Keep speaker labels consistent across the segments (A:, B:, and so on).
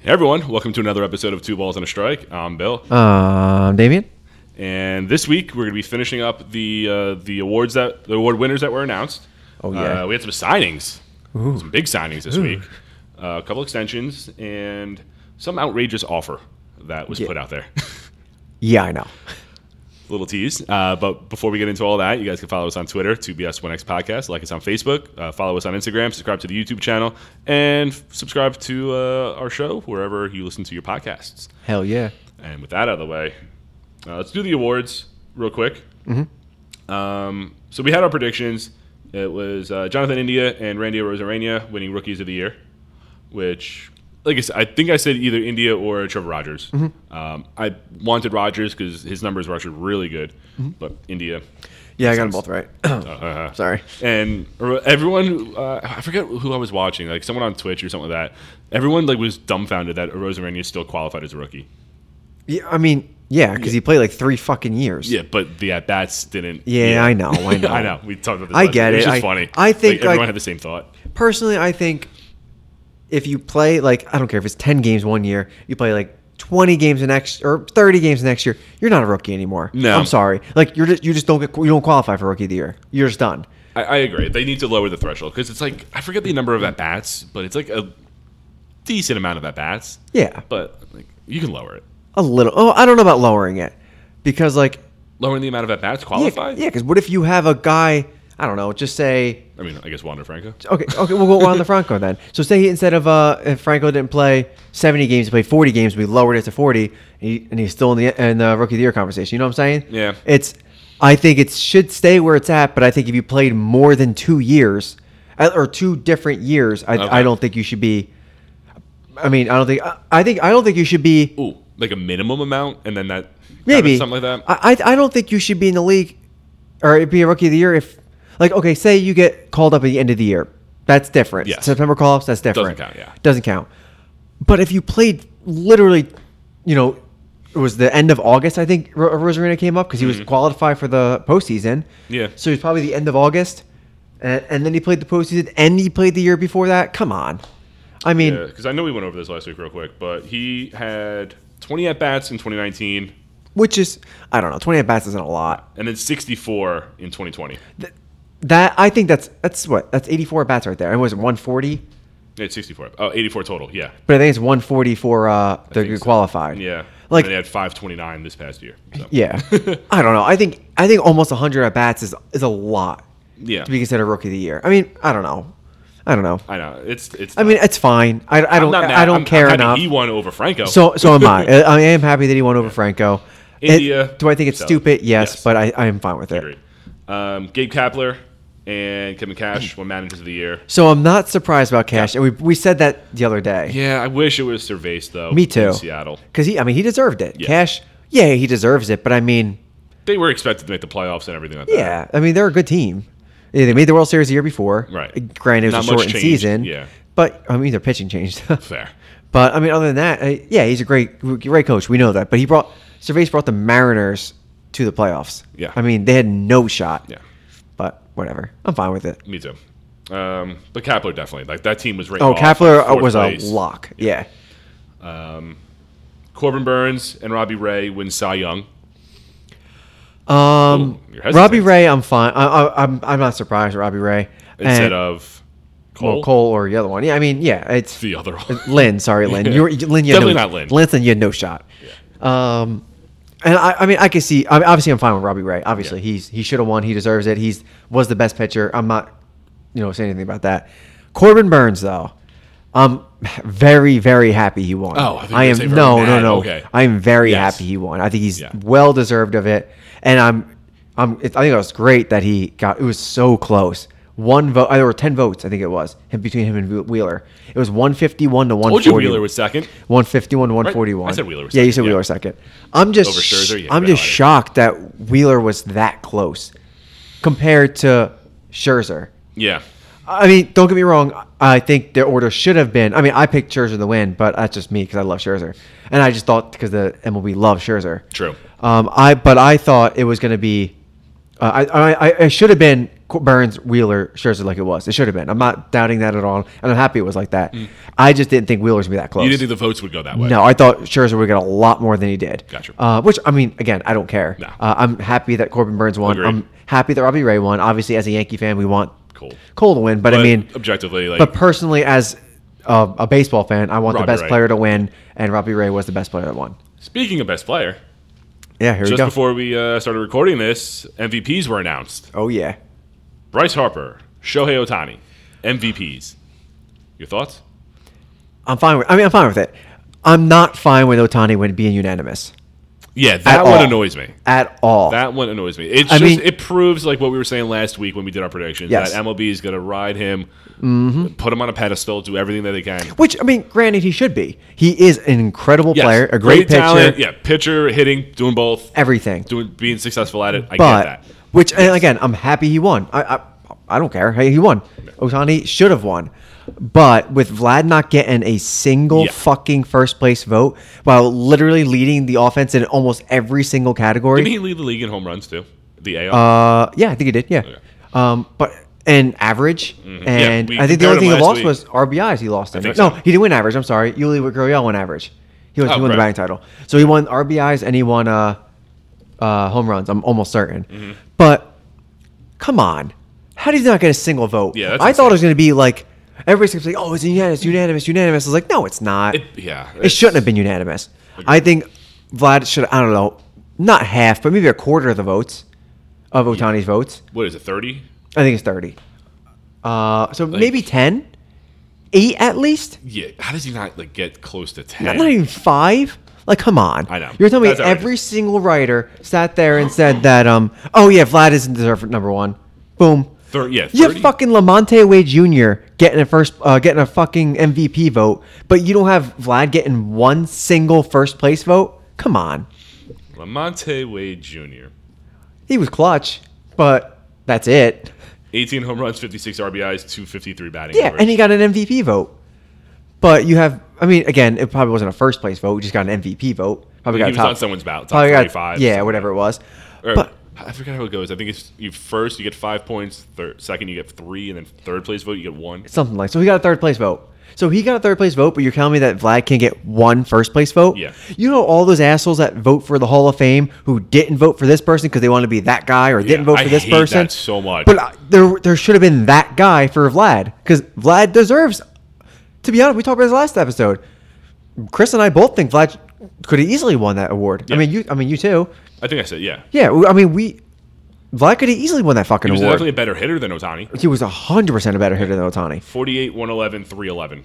A: Hey, everyone, welcome to another episode of Two Balls and a Strike. I'm Bill,
B: Um, Damien?
A: and this week we're going to be finishing up the uh, the awards that the award winners that were announced.
B: Oh, yeah.
A: uh, we had some signings, some big signings this week, uh, a couple extensions, and some outrageous offer that was put out there.
B: Yeah, I know.
A: Little tease. Uh, but before we get into all that, you guys can follow us on Twitter, 2BS1X Podcast, like us on Facebook, uh, follow us on Instagram, subscribe to the YouTube channel, and f- subscribe to uh, our show wherever you listen to your podcasts.
B: Hell yeah.
A: And with that out of the way, uh, let's do the awards real quick. Um, so we had our predictions. It was uh, Jonathan India and Randy Rosarena winning Rookies of the Year, which, like I said, I think I said either India or Trevor Rogers. Um, I wanted Rogers because his numbers were actually really good, but India.
B: Yeah, I got them both right.
A: Uh,
B: Sorry.
A: and everyone uh, i forget who i was watching like someone on twitch or something like that everyone like was dumbfounded that Rosarena still qualified as a rookie
B: Yeah, I mean, yeah, because he played like three fucking years.
A: Yeah, but the at bats didn't.
B: Yeah, I know, I know.
A: I know. We talked about this.
B: I
A: last
B: get
A: week. It's
B: it.
A: just
B: I-
A: funny.
B: I think,
A: Like, everyone
B: like-
A: had the same thought.
B: Personally, I think if you play like I don't care if it's ten games one year, you play like twenty games the next or thirty games the next year, you're not a rookie anymore.
A: No.
B: I'm sorry. Like you're just you just don't get you don't qualify for rookie of the year. You're just done.
A: I, I agree. They need to lower the threshold because it's like I forget the number of at bats, but it's like a decent amount of at bats.
B: Yeah,
A: But like you can lower it.
B: a little. Oh, I don't know about lowering it because like
A: Lowering the amount of at bats
B: yeah,
A: qualified.
B: yeah. Because what if you have a guy? I don't know. Just say
A: I mean, I guess Wander Franco.
B: Okay, okay, we'll go on the Franco then. So say he, instead of uh, if Franco didn't play seventy games, he played forty games. We lowered it to forty, and, he, and he's still in the in the rookie of the year conversation. You know what I'm saying?
A: Yeah.
B: It's, I think it should stay where it's at, but I think if you played more than two years, uh, or two different years, I,
A: Okay.
B: I don't think you should be. I mean, I don't think I, I think I don't think you should be
A: Ooh, like a minimum amount, and then that
B: maybe
A: something like that.
B: I, I I don't think you should be in the league or be a rookie of the year if like okay, say you get called up at the end of the year. That's different.
A: Yes.
B: September call ups, that's different.
A: count, yeah.
B: Doesn't count. But if you played literally, you know, it was the end of August, I think Ro- Rosarina came up because he was qualified for the postseason.
A: Mm-hmm. Yeah.
B: So it was probably the end of August. And, and then he played the postseason and he played the year before that. Come on. I mean,
A: because I know we went over this last week real quick, but he had 20 at bats in 2019
B: which is, I don't know, 20 at bats isn't a lot.
A: and then 64 in 2020.
B: That I think that's that's what that's 84 bats right there. And was it 140?
A: Yeah, 64. Oh, 84 total. Yeah.
B: But I think it's 140 for uh
A: think
B: the
A: so.
B: qualified.
A: Yeah.
B: Like-
A: and they had 529 this past year. So.
B: Yeah. I don't know. I think I think almost 100 at bats is is a lot
A: Yeah.
B: to be considered rookie of the year. I mean, I don't know. I don't know.
A: I know. It's it's
B: I mean, it's fine. I, I don't I don't care enough.
A: He won over Franco.
B: So so am I. Uh, I am happy that he won over Franco. It-
A: India,
B: do I think it's
A: so,
B: stupid? Yes,
A: yes.
B: but I, I am fine with it.
A: Agreed. Um, Gabe Kapler and Kevin Cash won managers of the year.
B: So I'm not surprised about Cash. And we, we said that the other day.
A: Yeah, I wish it was Cervase though.
B: Me too.
A: in Seattle.
B: Because he, I mean, he deserved it. Cash, yeah, he deserves it. But I mean,
A: They were expected to make the playoffs and everything like that.
B: yeah, I mean, they're a good team. Yeah, they made the World Series the year before.
A: Right.
B: Granted, it was
A: Not
B: a
A: much
B: shortened
A: changed,
B: season.
A: yeah.
B: But I mean, their pitching changed.
A: Fair.
B: but I mean, other than that, uh, yeah, he's a great, great coach. We know that. But he brought Cervase brought the Mariners to the playoffs.
A: Yeah.
B: I mean, they had no shot.
A: Yeah.
B: But whatever, I'm fine with it.
A: Me too. Um, but Kapler definitely. Like that team was right.
B: Oh,
A: off,
B: Kapler
A: like,
B: uh,
A: fourth
B: was
A: place.
B: a lock. Yeah.
A: Corbin Burns and Robbie Ray win Cy Young.
B: Um,
A: Ooh, you're hesitant.
B: Robbie Ray, I'm fine. I, I, I'm I'm not surprised. at Robbie Ray
A: instead
B: And-
A: of Cole.
B: Well, Cole or the other one. Yeah, I mean, yeah, it's
A: The other one.
B: Lynn. Sorry, Lynn. You were, Lynn, you had
A: Definitely
B: no,
A: not Lynn.
B: Lynn's and you had no shot. Um, and I, I mean, I can see. I mean, obviously, I'm fine with Robbie Ray. Obviously, he's he should have won. He deserves it. He's was the best pitcher. I'm not, you know, saying anything about that. Corbin Burns, though, I'm very very happy he won.
A: Oh, I think you were
B: am
A: saying very
B: no
A: mad.
B: no no.
A: Okay.
B: I am very
A: Yes.
B: happy he won. I think he's
A: Yeah.
B: well deserved of it, and I'm I'm it, I think it was great that he got. It was so close. One vote, uh, there were ten votes, I think it was, him- between him and Wheeler. It was one fifty one to one
A: Told
B: forty.
A: you Wheeler was second.
B: One fifty one, one forty one.
A: I said Wheeler was
B: Yeah,
A: second,
B: you said
A: yeah.
B: Wheeler was second. I'm just,
A: Over Scherzer, yeah,
B: I'm
A: better
B: just
A: line.
B: shocked that Wheeler was that close compared to Scherzer.
A: Yeah.
B: I mean, don't get me wrong. I think the order should have been. I mean, I picked Scherzer to win, but that's just me because I love Scherzer, and I just thought because the MLB loves Scherzer.
A: True.
B: Um, I but I thought it was going to be Uh, I, I, I- it should have been Qu- Burns, Wheeler, Scherzer like it was. It should have been. I'm not doubting that at all, and I'm happy it was like that. I just didn't think Wheeler's gonna be that close.
A: Mm. You didn't think the votes would go that way?
B: No, I thought Scherzer would get a lot more than he did.
A: Gotcha.
B: Uh, which I mean, again, I don't care.
A: No.
B: Uh, I'm happy that Corbin Burns won.
A: Agreed.
B: I'm happy that Robbie Ray won. Obviously, as a Yankee fan, we want
A: Cool.
B: Cole to win. But, I
A: But
B: mean,
A: objectively, like
B: but personally, as a, a baseball fan, I want
A: Robbie
B: the best
A: Ray.
B: player to win, and Robbie Ray was the best player that won.
A: speaking of best player,
B: Yeah, here we
A: just
B: go.
A: before we uh, started recording this, MVPs were announced.
B: oh yeah.
A: Bryce Harper, Shohei Otani, MVPs. Your thoughts?
B: I'm fine with. I mean, I'm fine with it. I'm not fine with Otani when being unanimous
A: Yeah, that
B: At
A: one
B: all.
A: annoys me.
B: at all.
A: That one annoys me. It's
B: I
A: just
B: mean-
A: it proves like what we were saying last week when we did our predictions
B: Yes. Mm-hmm.
A: that MLB is going to ride him, put him on a pedestal, do everything that they can.
B: Which I mean, granted, he should be. He is an incredible
A: Yes,
B: player, a great, pitcher,
A: talent. Yeah, pitcher, hitting, doing both,
B: everything.
A: doing being successful at it. I
B: but
A: get that.
B: which and again, I'm happy he won. I I, I don't care. Hey, he won. Otani should have won. But with Vlad not getting a single
A: Yeah.
B: fucking first place vote while literally leading the offense in almost every single category,
A: Didn't he lead the league in home runs too? The AL.
B: Uh, yeah, I think he did. Yeah. Um, but and average, and
A: Mm-hmm. we
B: I think
A: compared
B: the only
A: him
B: thing he
A: last
B: lost
A: week.
B: was RBIs. He lost. I
A: think
B: no,
A: so.
B: he didn't win average. I'm sorry. Yuli Gurriel won average. He was
A: Oh,
B: he won the
A: right.
B: batting title. So he won RBIs and he won uh, uh, home runs. I'm almost certain.
A: Mm-hmm.
B: But come on, how did he not get a single vote?
A: Yeah, that's
B: I thought
A: insane.
B: it was going to be like everybody's gonna be like, oh, it's unanimous, unanimous, unanimous. I was like, no, it's not.
A: It- yeah,
B: Uh, It shouldn't have been unanimous. I think Vlad should, I don't know, not half, but maybe a quarter of the votes of Otani's votes.
A: What is it? Thirty?
B: I think it's 30. Uh, so maybe 10, 8 at least,
A: Yeah. How does he not like get close to ten?
B: not, not even 5. Like, come on.
A: I know.
B: You're telling me
A: That's outrageous.
B: every single writer sat there and said that, um, oh, yeah, Vlad isn't deserved number one. Boom.
A: Thir- yeah,
B: You have
A: 30.
B: fucking Lamonte Wade Jr. getting a first, uh, getting a fucking MVP vote, but you don't have Vlad getting one single first place vote. Come on,
A: Lamonte Wade Jr.
B: he was clutch, but that's it.
A: 18 home runs, 56 RBIs, 253 batting.
B: Yeah,
A: average.
B: and he got an MVP vote, but you have, I mean, again, it probably wasn't a first place vote. We just got an MVP vote. Probably
A: he
B: got
A: was
B: top,
A: on someone's ballot, top
B: probably got
A: 45,
B: yeah,
A: something.
B: whatever it was.
A: Or-
B: But
A: I forget how it goes. I think it's you first you get five points, third, second you get three, and then third place vote you get one.
B: something like so he got a third place vote so he got a third place vote but you're telling me that vlad can get one first place vote
A: Yeah.
B: you know all those assholes that vote for the hall of fame who didn't vote for this person because they wanted to be that guy or didn't vote
A: I
B: for this
A: hate
B: person
A: that so much.
B: but uh, there, there should have been that guy for vlad because vlad deserves to be honest we talked about this last episode chris and i both think vlad could have easily won that award
A: Yeah.
B: i mean you i mean you too
A: I think I said yeah.
B: yeah i mean we vlad could have easily won that fucking
A: He was
B: award
A: definitely a better hitter than Otani.
B: he was 100% a better hitter than otani
A: 48, 111, 311.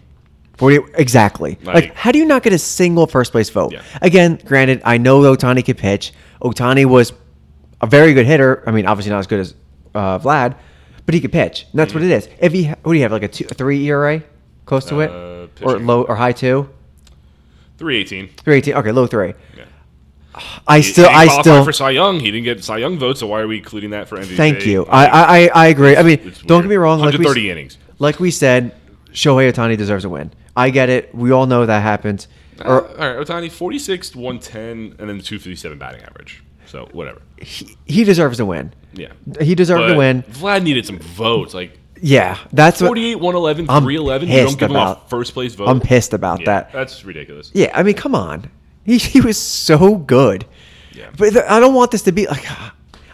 B: 40, exactly. Like,
A: Like-
B: how do you not get a single first place vote?
A: Yeah.
B: Again, granted, I know Otani could pitch. Otani was a very good hitter. I mean, obviously not as good as uh, Vlad, but he could pitch. And that's what
A: Mm-hmm.
B: it is. If he, what do you have, like a, two, a three ERA, close to
A: Uh,
B: it, or
A: pitching.
B: low or high two,
A: 318.
B: three eighteen? Okay, low three.
A: Yeah.
B: I
A: He- he
B: still, I
A: qualified
B: still.
A: for Cy Young. He didn't get Cy Young votes, so why are we including that for MVP?
B: Thank you. I, I, I- I agree. I mean,
A: It's
B: don't
A: weird.
B: get me wrong. Like we,
A: 130 innings.
B: like we said, Shohei Otani deserves a win. I get it. We all know that happens. Or-
A: Uh, all right, Otani, 46, 110, and then 257 batting average. So whatever.
B: he, he deserves a win.
A: Yeah.
B: He deserved to
A: But
B: win.
A: Vlad needed some votes. Like
B: Yeah, that's what
A: 48, 111,
B: I'm
A: 311. You don't
B: pissed
A: give him a
B: about-
A: first place vote.
B: I'm pissed about
A: Yeah,
B: that.
A: That's ridiculous.
B: Yeah, I mean, come on, he, he was so good.
A: Yeah.
B: But the, I don't want this to be like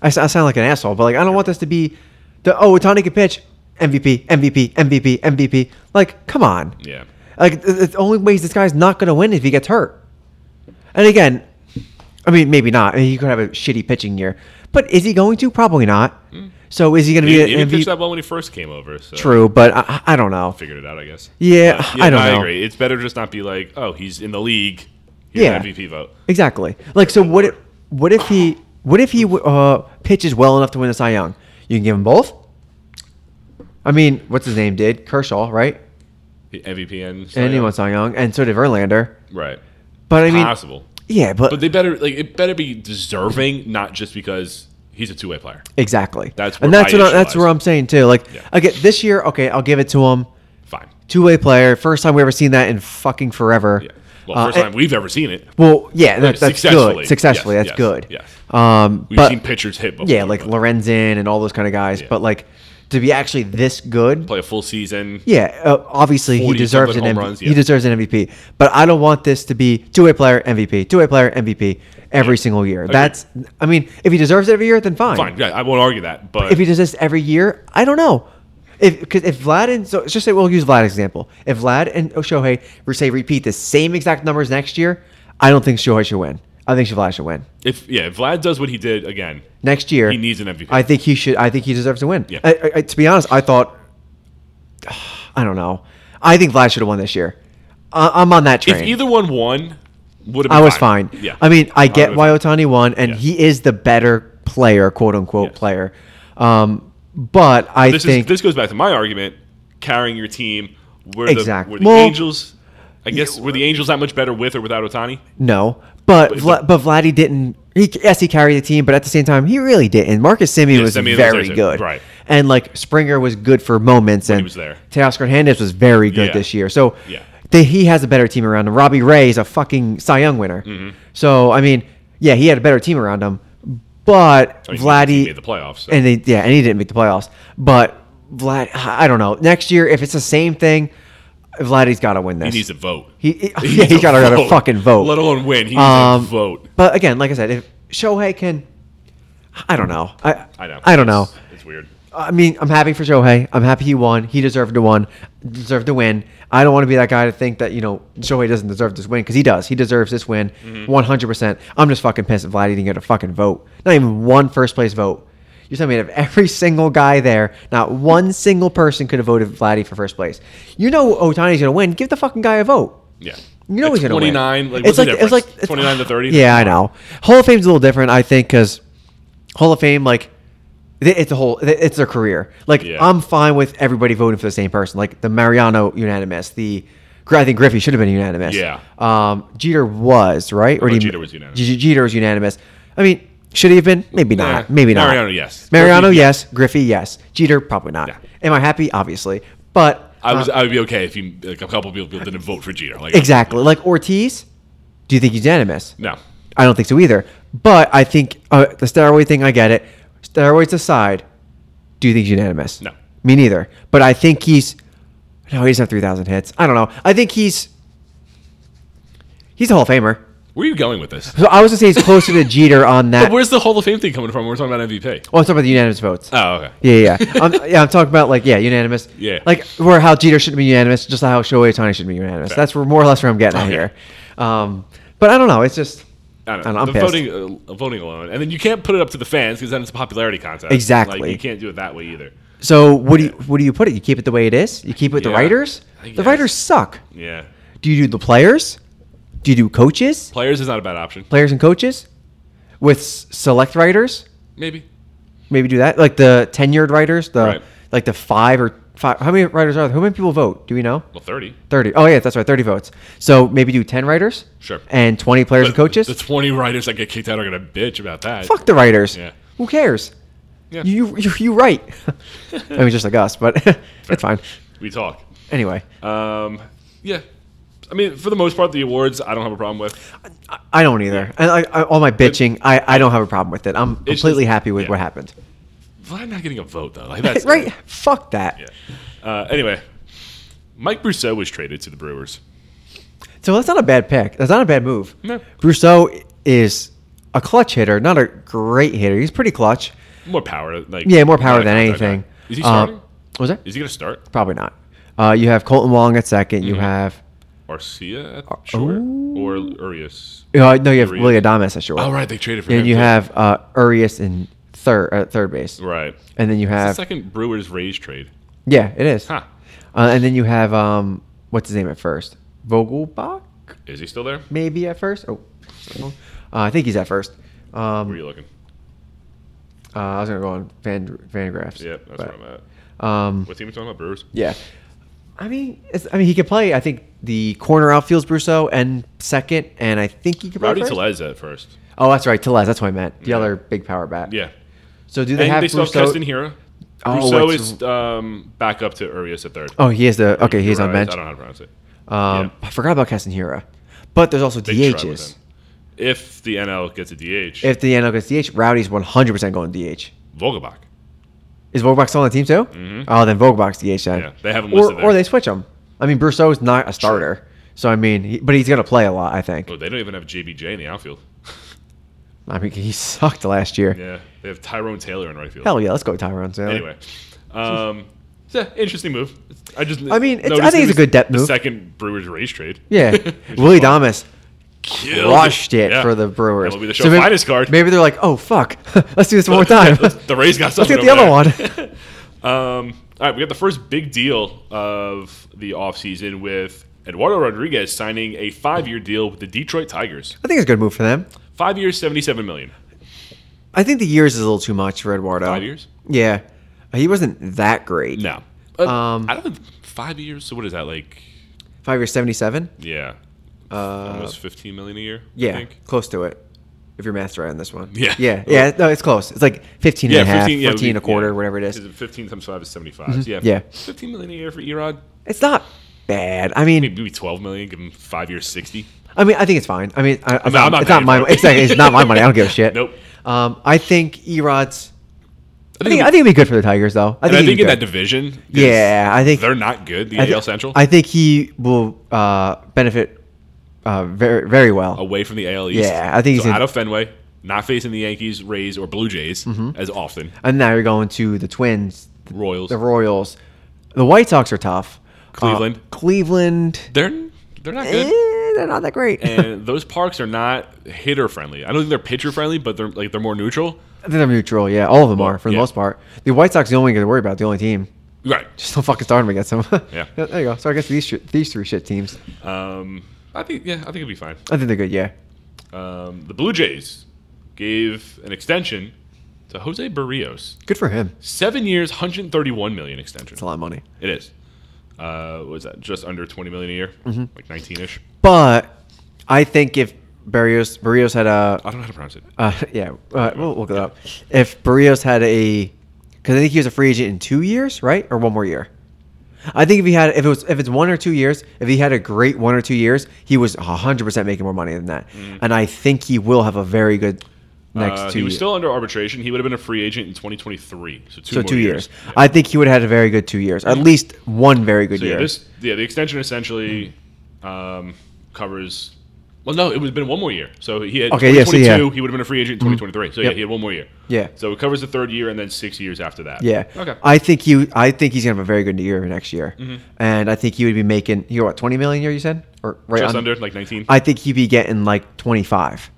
B: I, s- I sound like an asshole, but like I don't want this to be the oh Otani can pitch MVP MVP MVP MVP. Like, come on,
A: Yeah.
B: like the, the only ways this guy's not going to win is if he gets hurt. And again, I mean, maybe not. I mean, he could have a shitty pitching year, but is he going to? Probably not. So is he going to
A: Hmm. He,
B: be
A: he
B: an
A: didn't pitch
B: MVP?
A: that well when he first came over. So
B: True, but I, I don't know.
A: Figured it out, I guess.
B: Yeah,
A: But,
B: I don't know.
A: I agree. It's better just not be like, oh, he's in the league. He's
B: Yeah.
A: an MVP vote.
B: Exactly. Like, so what? If, what if he? What if he uh, pitches well enough to win the Cy Young? You can give him both. I mean, what's his name? Did Kershaw right?
A: The MVP and Cy
B: And he
A: Young.
B: won Cy Young, and so did Verlander.
A: right?
B: But I mean,
A: Possible,
B: yeah, but,
A: but they better like it better be deserving, not just because he's a two way player.
B: exactly.
A: That's
B: and
A: where
B: that's
A: my
B: what I,
A: issue
B: that's
A: lies.
B: where I'm saying too. Like,
A: Yeah.
B: I get this year. Okay, I'll give it to him.
A: Fine.
B: Two way player. First time we ever seen that in fucking forever.
A: Yeah. Well, first
B: Uh,
A: time we've ever seen it.
B: Well, yeah, that, that's
A: Successfully.
B: good. Successfully,
A: Yes,
B: that's
A: yes,
B: good.
A: yes.
B: Um,
A: We've
B: but
A: seen pitchers hit before.
B: yeah, like
A: but
B: Lorenzen and all those kind of guys.
A: Yeah.
B: But like to be actually this good,
A: play a full season.
B: yeah, uh, obviously he
A: 40
B: deserves an
A: something home
B: MVP.
A: runs,
B: He
A: yeah.
B: deserves an MVP. But I don't want this to be two-way player MVP, two-way player MVP every
A: Yeah.
B: single year.
A: Agreed.
B: That's I mean, if he deserves it every year, then fine.
A: Fine, yeah, I won't argue that. But
B: If he does this every year, I don't know. If because if Vlad and so let's just say we'll use Vlad as an example. If Vlad and Shohei were say repeat the same exact numbers next year, I don't think Shohei should win. I think Vlad should win
A: if yeah, if Vlad does what he did again,
B: next year.
A: He needs an MVP.
B: I think he should. I think he deserves to win.
A: Yeah.
B: I, I- I- to be honest, I thought. I don't know. I think Vlad should have won this year. I, I'm on that train.
A: if either one won, would have
B: I
A: been
B: was fine.
A: Yeah,
B: I mean, I get
A: would've
B: why Otani won, and
A: Yeah.
B: he is the better player, quote unquote
A: Yes.
B: player. Um, but I
A: this
B: think
A: is this goes back to my argument carrying your team. Were
B: Exact.
A: the, were the
B: Well-
A: Angels? I guess were the Angels that much better with or without Otani?
B: No, but
A: But-
B: Vla- but Vladdy didn't. He, yes, he carried the team, but at the same time, he really didn't. Marcus Simeon was
A: Simeon was
B: very
A: there,
B: good,
A: right.
B: And like Springer was good for moments, and
A: he was there.
B: Teoscar Hernandez was very good
A: Yeah.
B: this year. So
A: Yeah.
B: they, he has a better team around him. Robbie Ray is a fucking Cy Young winner.
A: Mm-hmm.
B: So I mean, yeah, he had a better team around him, but
A: I mean, he
B: Vladdy
A: made the playoffs. so-
B: and they yeah, and he didn't make the playoffs. But Vlad, I don't know. Next year, if it's the same thing, Vladdy's got to win this.
A: he needs to vote.
B: He, he,
A: He
B: yeah,
A: needs
B: he got to
A: vote,
B: fucking vote.
A: let alone win. He needs
B: Um,
A: to vote.
B: But again, like I said, if Shohei can, I don't know. I
A: I know.
B: I don't know.
A: It's- It's weird.
B: I mean, I'm happy for Shohei. I'm happy he won. He deserved to win. Deserved to win. I don't want to be that guy to think that you know Shohei doesn't deserve this win because he does. He deserves this win,
A: Mm-hmm.
B: 100. percent I'm just fucking pissed that Vlad didn't get a fucking vote. Not even one first place vote. You're telling me out of every single guy there, not one single person could have voted Vladdy for first place. You know Otani's gonna win. Give the fucking guy a vote.
A: Yeah.
B: You know
A: At
B: he's gonna win.
A: 29, like, what's
B: it's
A: the
B: like it's like
A: difference?
B: it's-
A: 29 to 30?
B: Yeah, I know. Hall of Fame's a little different, I think, because Hall of Fame like th- it's a whole th- it's their career. Like
A: Yeah.
B: I'm fine with everybody voting for the same person. Like the Mariano unanimous. The Gr- I think Griffey should have been unanimous.
A: Yeah.
B: Um, Jeter was right, or
A: thought
B: did
A: Jeter was unanimous.
B: J- J- Jeter was unanimous. I mean, should he have been? Maybe
A: Nah.
B: not. Maybe not.
A: Mariano, yes.
B: Mariano,
A: Griffey,
B: yes. Griffey, yes. Jeter, probably not.
A: Yeah.
B: Am I happy? Obviously, but
A: I was.
B: uh,
A: I would be okay if you, like, a couple people didn't vote for Jeter. Like
B: exactly like Ortiz. Do you think he's unanimous?
A: No.
B: I don't think so either. But I think uh, the steroid thing, I get it. Steroids aside, do you think he's unanimous?
A: No.
B: Me neither. But I think he's. No, he doesn't have 3,000 hits. I don't know. I think he's. He's a Hall of Famer.
A: Where are you going with this?
B: So I was going to say he's closer to Jeter on that.
A: But
B: Oh,
A: where's the Hall of Fame thing coming from? We're talking about MVP.
B: I'm talking about the unanimous votes.
A: Oh, okay.
B: Yeah, yeah, yeah. I'm, yeah, I'm talking about like yeah, unanimous.
A: Yeah.
B: like where how Jeter shouldn't be unanimous, just how Shohei Ohtani shouldn't be unanimous.
A: Fair.
B: That's where more or less where I'm getting at
A: Okay.
B: here. Um, but I don't know. It's just
A: I don't know.
B: I'm
A: the
B: pissed.
A: voting, uh, voting alone, and then you can't put it up to the fans because then it's a popularity contest.
B: Exactly.
A: Like, you can't do it that way either.
B: So what do you what do you put it? You keep it the way it is. You keep it with the
A: Yeah,
B: writers.
A: I
B: The
A: guess.
B: writers suck.
A: Yeah.
B: Do you do the players? Do you do coaches?
A: Players is not a bad option.
B: Players and coaches with s- select writers.
A: Maybe.
B: Maybe do that. Like the tenured writers. The
A: Right.
B: like the five or five. How many writers are there? How many people vote? Do we know?
A: Well, thirty.
B: Thirty. Oh yeah, that's right. Thirty votes. So maybe do ten writers.
A: Sure.
B: And twenty players and
A: But
B: coaches.
A: The twenty writers that get kicked out are gonna bitch about that.
B: Fuck the writers.
A: Yeah.
B: Who cares?
A: Yeah.
B: You, you you write. I mean, just like us, but it's fine.
A: We talk.
B: Anyway.
A: Um, yeah. I mean, for the most part, the awards I don't have a problem with.
B: I- I don't either. And I, I, all my bitching, I, I don't have a problem with it. I'm
A: It's
B: completely
A: just-
B: happy with
A: yeah.
B: what happened.
A: Vlad not getting a vote though. Like that's
B: right? Fuck that.
A: Yeah. Uh, anyway, Mike Brousseau was traded to the Brewers.
B: So that's not a bad pick. That's not a bad move.
A: No.
B: Brousseau is a clutch hitter, not a great hitter. He's pretty clutch.
A: More power, like
B: Yeah, more power
A: not a
B: than
A: contact guy.
B: anything.
A: Is he
B: Uh,
A: starting?
B: was that?
A: Is he gonna start?
B: Probably not. Uh, you have Colton Wong at 2nd
A: Mm-hmm.
B: You have
A: Arcia, at short or Urias?
B: uh, no, you have
A: Urias.
B: Willie Adamas at short.
A: Oh right, they traded for him.
B: And you
A: too.
B: have uh, Urias in third uh, third base.
A: right.
B: And then you
A: It's the
B: have
A: second Brewers Rays trade.
B: yeah, it is.
A: Huh?
B: Uh, and then you have um, what's his name at first? Vogelbach.
A: Is he still there?
B: maybe at first. Oh, uh, I think he's at first. Um,
A: Where are you looking?
B: uh, I was gonna go on Van Van Graffs.
A: Yeah, that's
B: but,
A: where I'm at.
B: Um,
A: What team are we talking about? Brewers.
B: yeah, I mean, it's, I mean, he could play. I think the corner outfield's Brousseau and second, and I think he could play
A: Rowdy
B: first.
A: Telez at first.
B: Oh, that's right, Telez. That's what I meant. The other big power bat.
A: Yeah.
B: So do they
A: They and
B: have
A: they still have
B: Brousseau?
A: Keston Hira.
B: Oh,
A: Brousseau
B: it's-
A: is um, back up to Urias at third.
B: Oh, he is the okay. He's on
A: Urias,
B: bench.
A: I don't know how to pronounce it.
B: Um,
A: Yeah.
B: I forgot about Castanhira. But there's also
A: Big try with
B: DHs.
A: him. If the NL gets a DH,
B: If the NL gets DH, Rowdy's 100% going DH.
A: Vogelbach.
B: Is Vogelbach still on the team too? Oh, then Vogelbach's DH then.
A: Mm-hmm. Yeah, they have him
B: or,
A: listed there.
B: or they switch him. I mean, Brousseau's not a starter. So, I mean, he, but he's going to play a lot, I think.
A: Oh, they don't even have JBJ in the outfield.
B: I mean, he sucked last year.
A: Yeah, they have Tyrone Taylor in right field.
B: Hell yeah, let's go with Tyrone Taylor.
A: Anyway, um, it's an interesting move. I just,
B: I mean, it's- I
A: noticed
B: think it's
A: was
B: a good depth
A: the
B: move.
A: Second Brewers raise trade.
B: Yeah.
A: Which is
B: Willie
A: fun.
B: Damas
A: Killed
B: crushed it
A: Yeah.
B: for the Brewers.
A: That will be the show
B: So maybe,
A: finest card.
B: Maybe they're like, oh, fuck. let's do this one more time.
A: the Rays got
B: Let's
A: something.
B: get the other
A: over
B: one.
A: there. Um, all right, we got the first big deal of the offseason with Eduardo Rodriguez signing a five-year deal with the Detroit Tigers.
B: I think it's a good move for them.
A: Five years, seventy-seven million.
B: I think the years is a little too much for Eduardo.
A: Five years?
B: Yeah. He wasn't that great.
A: No. Uh,
B: Um,
A: I don't think five years. So what is that like?
B: Five years, 77?
A: Yeah,
B: Uh,
A: almost fifteen million a year. I
B: yeah,
A: think.
B: close to it. If your math's right on this one.
A: Yeah.
B: Yeah. Yeah. No, it's close. It's like 15 and a half, 15,
A: yeah,
B: a
A: we-
B: quarter,
A: yeah.
B: whatever it is.
A: 'Cause Fifteen times five is 75 Yeah,
B: Mm-hmm. Yeah.
A: fifteen million a year for Erod.
B: It's not bad. I mean,
A: Maybe twelve million. Give him five years, sixty.
B: I mean, I think it's fine. I mean, I, it's,
A: I'm
B: not,
A: not
B: it's not
A: paying
B: my
A: for it.
B: exactly. It's not my money. I don't give a shit.
A: Nope.
B: Um, I think Erod's. I
A: think
B: think, I
A: it'd
B: think it'd be good for the Tigers, though.
A: And I
B: he'd
A: think
B: be
A: in that
B: good.
A: division, 'cause
B: Yeah, I think
A: they're not good. The
B: I thi-
A: AL Central
B: I think he will uh, benefit uh, very very well.
A: away from the AL East.
B: Yeah, I think
A: so
B: he's in-
A: out of Fenway, not facing the Yankees, Rays, or Blue Jays
B: Mm-hmm.
A: as often.
B: And now you're going to the Twins, the,
A: Royals,
B: the Royals, the White Sox are tough. Uh,
A: Cleveland.
B: Cleveland.
A: they're they're not good.
B: Eh, they're not that great. I
A: and those parks are not hitter friendly. I don't think they're pitcher friendly, but they're like they're more neutral.
B: think they're neutral. Yeah, all of them are for the
A: yeah.
B: most part. The White Sox, are the only thing to worry about, the only team.
A: Right.
B: Just don't fucking start them against them.
A: Yeah.
B: there you go. So I guess these sh- these three shit teams.
A: Um, I think yeah, I think it'd be fine.
B: I think they're good. Yeah.
A: Um, the Blue Jays gave an extension to Jose Barrios,
B: Good for him.
A: seven years, 131 million extension.
B: It's a lot of money.
A: It is. Uh, what is that just under 20 million a year?
B: Mm-hmm.
A: Like 19 ish.
B: But I think if Barrios Barrios had a
A: I don't know how to pronounce it.
B: Uh, yeah, uh, we'll look it up. If Barrios had a, because I think he was a free agent in two years, right, or one more year. I think if he had, if it was, if it's one or two years, if he had a great one or two years, he was hundred percent making more money than that, and I think he will have a very good next
A: Mm. Uh,
B: two.
A: he was
B: years.
A: still under arbitration. He would have been a free agent in 2023. So two,
B: so
A: more
B: two years.
A: Yeah. Mm.
B: I think he would have had a very good two years, at least one very good
A: So, yeah,
B: year.
A: this yeah the extension essentially um, covers. Well, no, it would have been one more year. So he had
B: Okay, yeah, so
A: 2022.
B: yeah.
A: He would have been a free agent in 2023. So yeah,
B: Yep.
A: he had one more year.
B: Yeah.
A: So it covers the third year and then six years after that.
B: Yeah.
A: Okay. Mm-hmm.
B: I think he. I think he's gonna have a very good year next year, and I think he would be making. You know what? Twenty million a year, you said, or right
A: Just
B: on-
A: under like 19.
B: I think he'd be getting like 25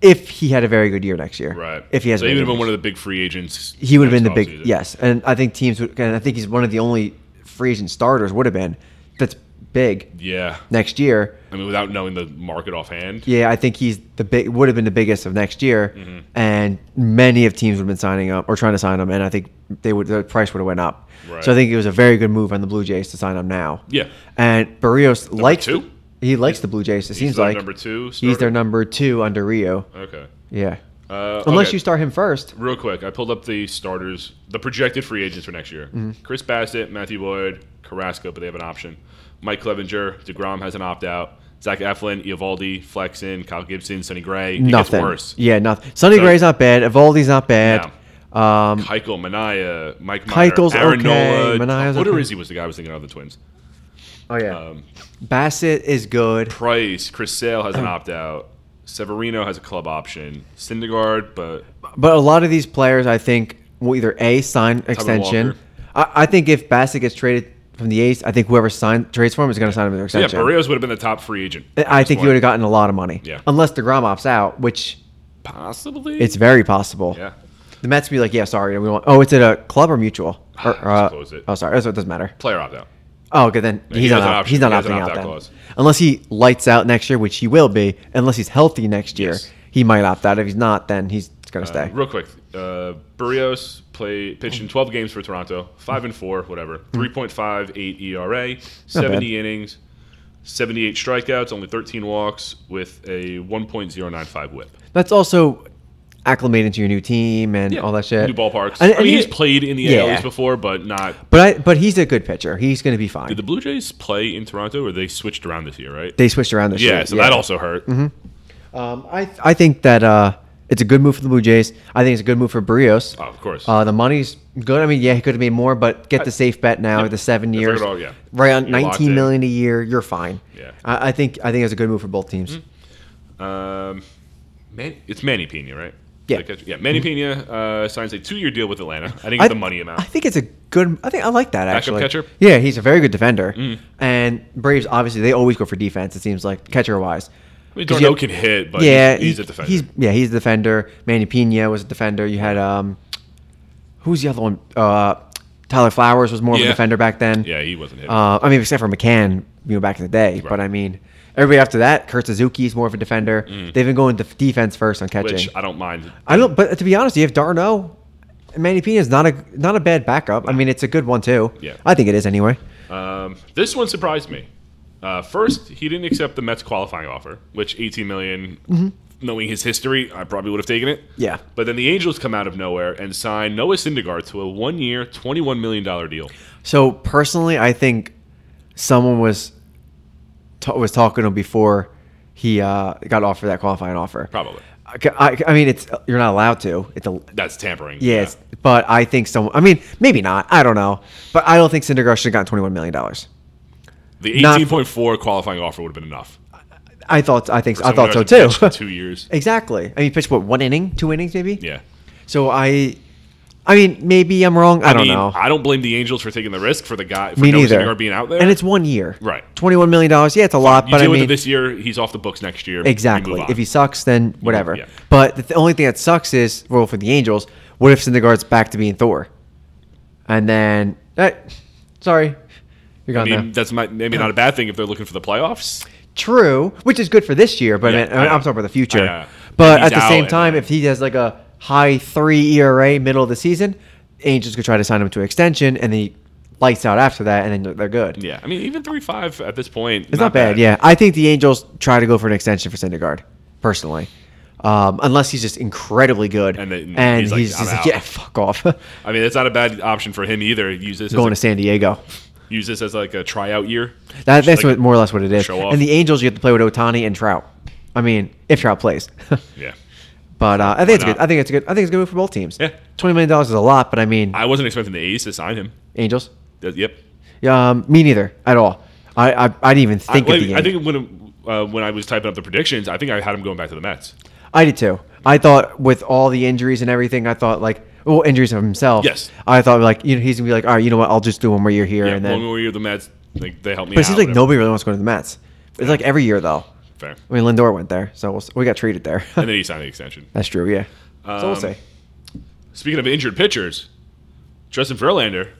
B: if he had a very good year next year.
A: right.
B: If he has,
A: so he would have been one of the big free agents.
B: he would have been the
A: next
B: big
A: offseason.
B: yes, and I think teams would. And I think he's one of the only free agent starters would have been that's big
A: Yeah.
B: next year.
A: I mean, without knowing the market offhand.
B: Yeah, I think he's the big would have been the biggest of next year,
A: Mm-hmm.
B: and many of teams would have been signing up or trying to sign him, and I think they would the price would have went up.
A: Right.
B: So I think it was a very good move on the Blue Jays to sign him now.
A: Yeah.
B: and Barrios likes
A: two?
B: he likes the Blue Jays. It
A: He's
B: seems
A: their
B: like
A: number two.
B: he's
A: starter?
B: their number two under Rio.
A: Okay.
B: Yeah.
A: Uh,
B: Unless
A: okay.
B: you start him first.
A: Real quick, I pulled up the starters, the projected free agents for next year:
B: Mm-hmm.
A: Chris Bassett, Matthew Boyd, Carrasco, but they have an option. Mike Clevenger, Degrom has an opt out. Zach Eflin, Ivaldi, Flexen, Kyle Gibson, Sonny Gray. It
B: nothing.
A: Gets worse.
B: Yeah, nothing. Sonny
A: So-
B: Gray's not bad. Evaldi's not bad. Um,
A: Keuchel, Mania, Mike Meyer,
B: Keuchel's
A: Aaron
B: okay,
A: Nola.
B: Mania's okay.
A: Odorizzi was the guy I was thinking of the Twins.
B: oh yeah.
A: Um,
B: Bassett is good.
A: Price, Chris Sale has an opt out. Severino has a club option. Syndergaard, but
B: But a lot of these players, I think, will either a sign extension.
A: Walker.
B: I, I think if Bassett gets traded from the A's, I think whoever signed trades for him is going to sign him an
A: yeah,
B: extension.
A: Barrios would have been the top free agent. at
B: I
A: this
B: think he
A: point.
B: would have gotten a lot of money.
A: Yeah.
B: Unless Degrom opts out, which
A: possibly.
B: it's very possible.
A: yeah.
B: The Mets be like, yeah, sorry, we want. Oh, it's at a club or mutual. Or,
A: Just
B: uh,
A: close it.
B: oh, sorry, so it doesn't matter.
A: Player opt out.
B: Oh, okay. Then
A: he
B: he's
A: has
B: not.
A: an
B: Op-
A: option.
B: he's not
A: He has an
B: opting out
A: opt-out
B: then,
A: clause.
B: unless he lights out next year, which he will be. Unless he's healthy next year,
A: Yes.
B: he might opt out. If he's not, then he's gonna
A: Uh,
B: stay.
A: real quick, uh, Barrios play pitched in 12 games for Toronto, five and four, whatever,
B: Mm-hmm.
A: 3.58 ERA, 70 innings, 78 strikeouts, only 13 walks, with a 1.095 WHIP.
B: That's also acclimating to your new team and all that shit.
A: New ballparks.
B: And-
A: I
B: and
A: mean,
B: he-
A: he's played in the
B: Yeah.
A: ALs before, but not.
B: But I, but he's a good pitcher. He's going to be fine.
A: Did the Blue Jays play in Toronto, or they switched around this year, right?
B: they switched around this year.
A: yeah, so that also hurt.
B: Um, I th- I think that uh, it's a good move for the Blue Jays. I think it's a good move for Barrios.
A: Oh, of course.
B: Uh, the money's good. I mean, yeah, he could have made more, but get the safe bet now with the seven
A: It's like
B: years,
A: it all- yeah.
B: right on
A: You're locked
B: nineteen
A: in.
B: million a year. You're fine.
A: Yeah. Mm-hmm.
B: I, I think I think it's a good move for both teams.
A: Um, Man, it's Manny Pena, right?
B: Yeah. Mm-hmm.
A: Like, yeah. Manny Pena uh, signs a two-year deal with Atlanta. I didn't get
B: I-
A: the money amount.
B: I think it's a good. I think I like that actually.
A: catcher? Mm.
B: Yeah, he's a very good defender. And Braves obviously they always go for defense. It seems like catcher wise.
A: I mean,
B: 'Cause
A: Darno
B: you-
A: can hit, but
B: yeah,
A: he's, he's
B: he-
A: a defender.
B: He's yeah, he's a defender. Manny Pena was a defender. You had um, who's the other one? Uh, Tyler Flowers was more of
A: Yeah.
B: a defender back then.
A: yeah, he wasn't hitting.
B: Uh, I mean, except for McCann, you know, back in the day. But I mean, everybody after that, Kurt Suzuki is more of a defender. They've been going def- defense first on catching.
A: Mm. which I don't mind.
B: I don't. But to be honest, you have Darno. Manny Pena is not a not a bad backup. I mean, it's a good one too.
A: Yeah.
B: I think it is anyway.
A: Um, this one surprised me. Uh, first, he didn't accept the Mets qualifying offer, which 18 million, knowing his history, I probably would have taken it.
B: Mm-hmm. Yeah.
A: But then the Angels come out of nowhere and sign Noah Syndergaard to a one-year, 21 million dollar deal.
B: So personally, I think someone was ta- was talking to him before he uh, got offered that qualifying offer.
A: Probably
B: I, I- I mean, it's you're not allowed to. It's a
A: that's tampering.
B: yeah, It's, but I think someone. I mean, maybe not. I don't know. But I don't think Syndergaard should have gotten twenty one million dollars.
A: the
B: not-
A: 18.4 qualifying offer would have been enough.
B: I thought. I think. I
A: Someone
B: thought so
A: else
B: too.
A: pitched two years.
B: exactly. I mean, he pitched what one inning, two innings, maybe.
A: Yeah.
B: So I, I mean, maybe I'm wrong. I, don't
A: mean,
B: know.
A: I don't blame the Angels for taking the risk for the guy for
B: Me
A: Noah
B: neither.
A: Syndergaard being out there.
B: and it's one year.
A: Right.
B: Twenty one million dollars. Yeah, it's a lot.
A: you
B: but
A: deal
B: I
A: with
B: mean,
A: it this year. He's off the books next year. You move
B: Exactly.
A: on.
B: If he sucks, then whatever.
A: yeah.
B: But the th- only thing that sucks is, well, for the Angels, what if Syndergaard's back to being Thor? And then, eh, sorry, you're
A: I
B: gone
A: mean,
B: now.
A: that's my, maybe not a bad thing if they're looking for the playoffs.
B: True, which is good for this year, but
A: Yeah,
B: I mean, I
A: I know.
B: am talking about the future.
A: I know.
B: But
A: He's
B: at the
A: out
B: same
A: and
B: time,
A: then-
B: if he has like a high three ERA middle of the season, Angels could try to sign him to an extension, and then he lights out after that, and then they're good.
A: Yeah, I mean, even three five at this point.
B: It's not, bad. Yeah, I think the Angels try to go for an extension for Syndergaard, personally, um, unless he's just incredibly good
A: And then
B: and
A: he's
B: he's,
A: like, "I'm out."
B: just like, yeah, fuck off,
A: I mean, it's not a bad option for him either. Use this
B: going to
A: as
B: San Diego.
A: a, use this as like a tryout year.
B: That,
A: like,
B: that's what, more or less what it is.
A: show off.
B: And the Angels, you have to play with Otani and Trout. I mean, if Trout plays,
A: Yeah,
B: but uh, I think it's
A: not?
B: good. I think it's good. I think it's a good move for both teams.
A: Yeah.
B: twenty million dollars is a lot, but I mean,
A: I wasn't expecting the A's to sign him.
B: Angels.
A: That- yep.
B: Yeah, um, me neither at all. I I, I didn't even think
A: I,
B: at the
A: wait,
B: end.
A: I think when uh, when I was typing up the predictions, I think I had him going back to the Mets.
B: I did too. I thought with all the injuries and everything, I thought like, well, injuries of himself.
A: Yes.
B: I thought like, you know, he's gonna be like, all right, you know what? I'll just do one more year here,
A: Yeah,
B: and then.
A: one more year the Mets, like they helped me.
B: but it
A: out,
B: seems like
A: whatever.
B: nobody really wants to go to the Mets. It's like every year though.
A: Fair.
B: I mean, Lindor went there, so we'll, s- we got treated there.
A: And then he signed the extension.
B: That's true. Yeah. so we'll
A: Um,
B: see.
A: Speaking of injured pitchers, Justin Verlander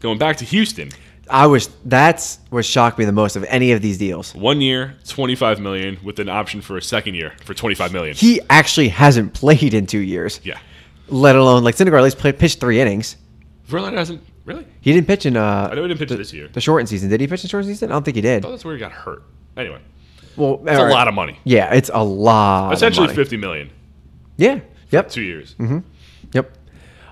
A: going back to Houston,
B: I was that's what shocked me the most of any of these deals.
A: one year, twenty five million, with an option for a second year for twenty five million.
B: He actually hasn't played in two years.
A: yeah,
B: Let alone like Syndergaard at least played, pitched three innings.
A: Verlander hasn't really.
B: He didn't pitch in uh
A: I know he didn't pitch this year.
B: the shortened season. Did he pitch in shortened season? I don't think he did.
A: Oh, that's where he got hurt. Anyway,
B: Well,
A: it's a lot of money.
B: Yeah, it's a lot.
A: Essentially
B: of money. Mm-hmm.
A: fifty million,
B: Yeah. Yep.
A: two years.
B: Yep.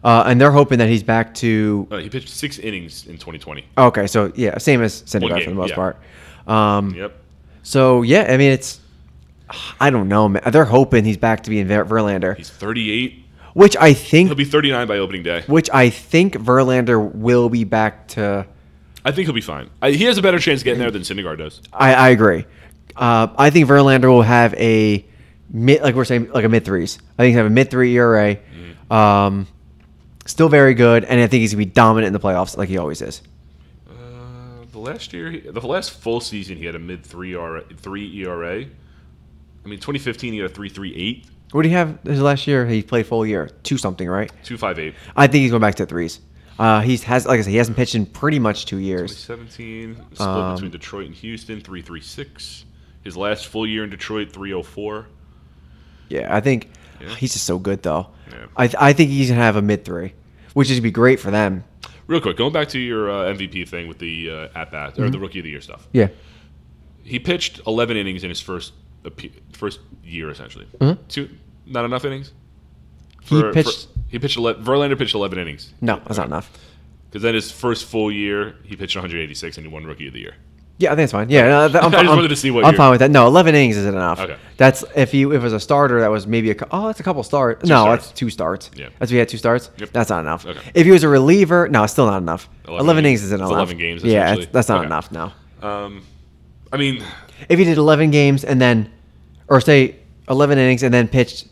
B: Uh, and they're hoping that he's back to
A: Uh, he pitched six innings in 2020.
B: okay. So yeah, same as
A: One
B: Syndergaard
A: game,
B: for the most
A: yeah.
B: part. Um,
A: Yep.
B: So yeah, I mean it's I don't know. Man. They're hoping he's back to being Ver- Verlander,
A: He's 38.
B: which I think
A: He'll be 39 by opening day.
B: which I think Verlander will be back to.
A: I think he'll be fine. I, he has a better chance of getting there than Syndergaard does.
B: I, I agree. Uh, I think Verlander will have a mid, like we're saying, like a mid threes. I think he'll have a mid three ERA.
A: Mm.
B: Um, still very good, and I think he's gonna be dominant in the playoffs, like he always is.
A: Uh, the last year, he- the last full season, he had a mid three ERA. Three ERA. I mean, 2015, he had a 3.38,
B: What do you have his last year? He played full year, two something, right?
A: 2.58.
B: I think he's going back to threes. Uh, he's has like I said, he hasn't pitched in pretty much two years.
A: 2017, split
B: Um,
A: between Detroit and Houston, 3.36. His last full year in Detroit, 3.04.
B: Yeah, I think
A: Yeah.
B: he's just so good though.
A: Yeah.
B: I I think he's gonna have a mid three, which is be great for them.
A: Real quick, going back to your uh, MVP thing with the uh, at bat or
B: Mm-hmm.
A: the rookie of the year stuff.
B: Yeah,
A: He pitched 11 innings in his first appe- first year, essentially. Two, not enough innings.
B: Mm-hmm. He
A: for-
B: pitched.
A: for- he pitched. 11, Verlander pitched 11 innings
B: no, that's not enough.
A: because then his first full year he pitched 186 and he won Rookie of the Year.
B: Yeah, I think it's fine. Yeah, no, that- I'm,
A: I just
B: I'm-
A: wanted to see what
B: I'm
A: you-
B: fine with that. No, eleven innings isn't enough.
A: Okay.
B: That's if you if it was a starter that was maybe a cou- oh that's a couple starts. No,
A: starts.
B: that's two starts.
A: Yeah.
B: that's if you had two starts.
A: Yep.
B: That's not enough.
A: Okay.
B: If he was a reliever, no, it's still not enough.
A: 11
B: Eleven, innings
A: innings.
B: isn't
A: It's
B: enough.
A: 11 games,
B: Yeah,
A: essentially.
B: it's- that's not
A: Okay.
B: enough. No,
A: Um, I mean,
B: if he did eleven games and then, or say eleven innings and then pitched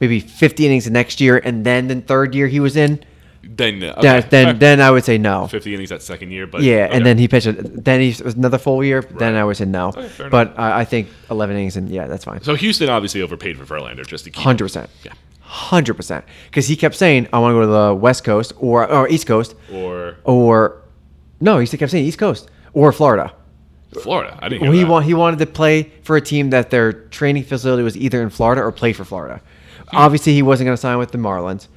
B: maybe fifty innings the next year and then the third year he was in,
A: then uh, okay. All
B: then then,
A: right.
B: then I would say no.
A: 50 innings that second year, but
B: Yeah,
A: okay.
B: and then he pitched. A, then he was another full year. Then
A: Right.
B: I would say no.
A: Okay, fair
B: but I, I think eleven innings and yeah, that's fine.
A: So Houston obviously overpaid for Verlander just to keep.
B: Hundred percent.
A: Yeah.
B: Hundred percent. Because he kept saying, "I want to go to the West Coast or or East Coast
A: Or
B: or no." He kept saying East Coast or Florida.
A: Florida. I didn't. Hear
B: Well, he
A: that.
B: wa- he wanted to play for a team that their training facility was either in Florida or play for Florida.
A: Hmm.
B: Obviously, he wasn't going to sign with the Marlins.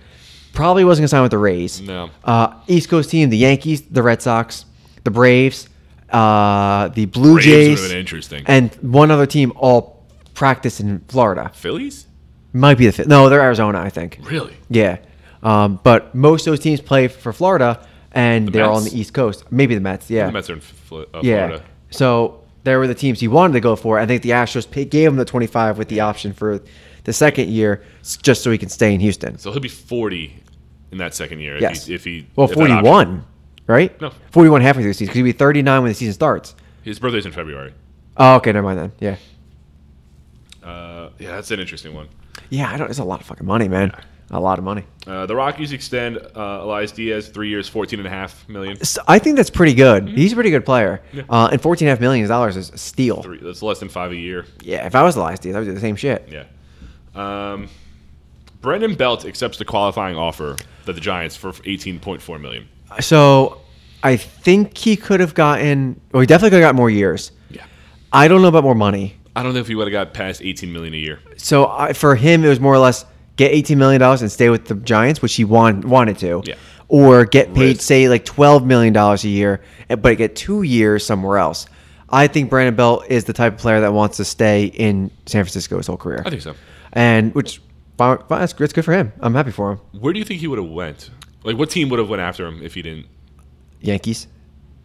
B: Probably wasn't going to sign with the Rays.
A: No.
B: Uh, East Coast team: the Yankees, the Red Sox, the Braves, uh, the Blue
A: Braves
B: Jays,
A: would've been interesting.
B: and one other team all practice in Florida.
A: Phillies.
B: Might be the fifth. No, they're Arizona, I think.
A: Really?
B: Yeah, um, but most of those teams play for Florida, and they're all on
A: Mets?
B: the East Coast. Maybe the Mets. Yeah,
A: The Mets are in Fl- uh,
B: yeah.
A: Florida.
B: So there were the teams he wanted to go for. I think the Astros pay, gave him the 25 with the option for the second year, s- just so he can stay in Houston.
A: So he'll be 40 in that second year. If
B: yes.
A: he, if he
B: well,
A: if that option-
B: 41, right?
A: No.
B: 41 halfway through the season because he'll be 39 when the season starts.
A: His birthday's in February.
B: Oh, okay, never mind then. Yeah,
A: Uh, yeah, that's an interesting one.
B: yeah. I don't. It's a lot of fucking money, man. A lot of money.
A: Uh, the Rockies extend uh, Elias Diaz three years, fourteen and a half million.
B: So I think that's pretty good.
A: Mm-hmm.
B: He's a pretty good player. Uh, and fourteen and a half million dollars is a steal.
A: Three, that's less than five a year.
B: Yeah, if I was the last Diaz, I would do the same shit.
A: Yeah. Um, Brendan Belt accepts the qualifying offer that the Giants for eighteen point four million.
B: So I think he could have gotten, well, he definitely could have got more years.
A: Yeah.
B: I don't know about more money.
A: I don't know if he would have got past eighteen million a year.
B: So I, for him, it was more or less get eighteen million dollars and stay with the Giants, which he want, wanted to,
A: Yeah.
B: or get paid
A: Risk.
B: say like twelve million dollars a year, and- but get two years somewhere else. I think Brandon Belt is the type of player that wants to stay in San Francisco his whole career,
A: I think so.
B: and which fi- fi- that's good- it's good for him. I'm happy for him.
A: Where do you think he would have went? Like, what team would have went after him if he didn't?
B: Yankees,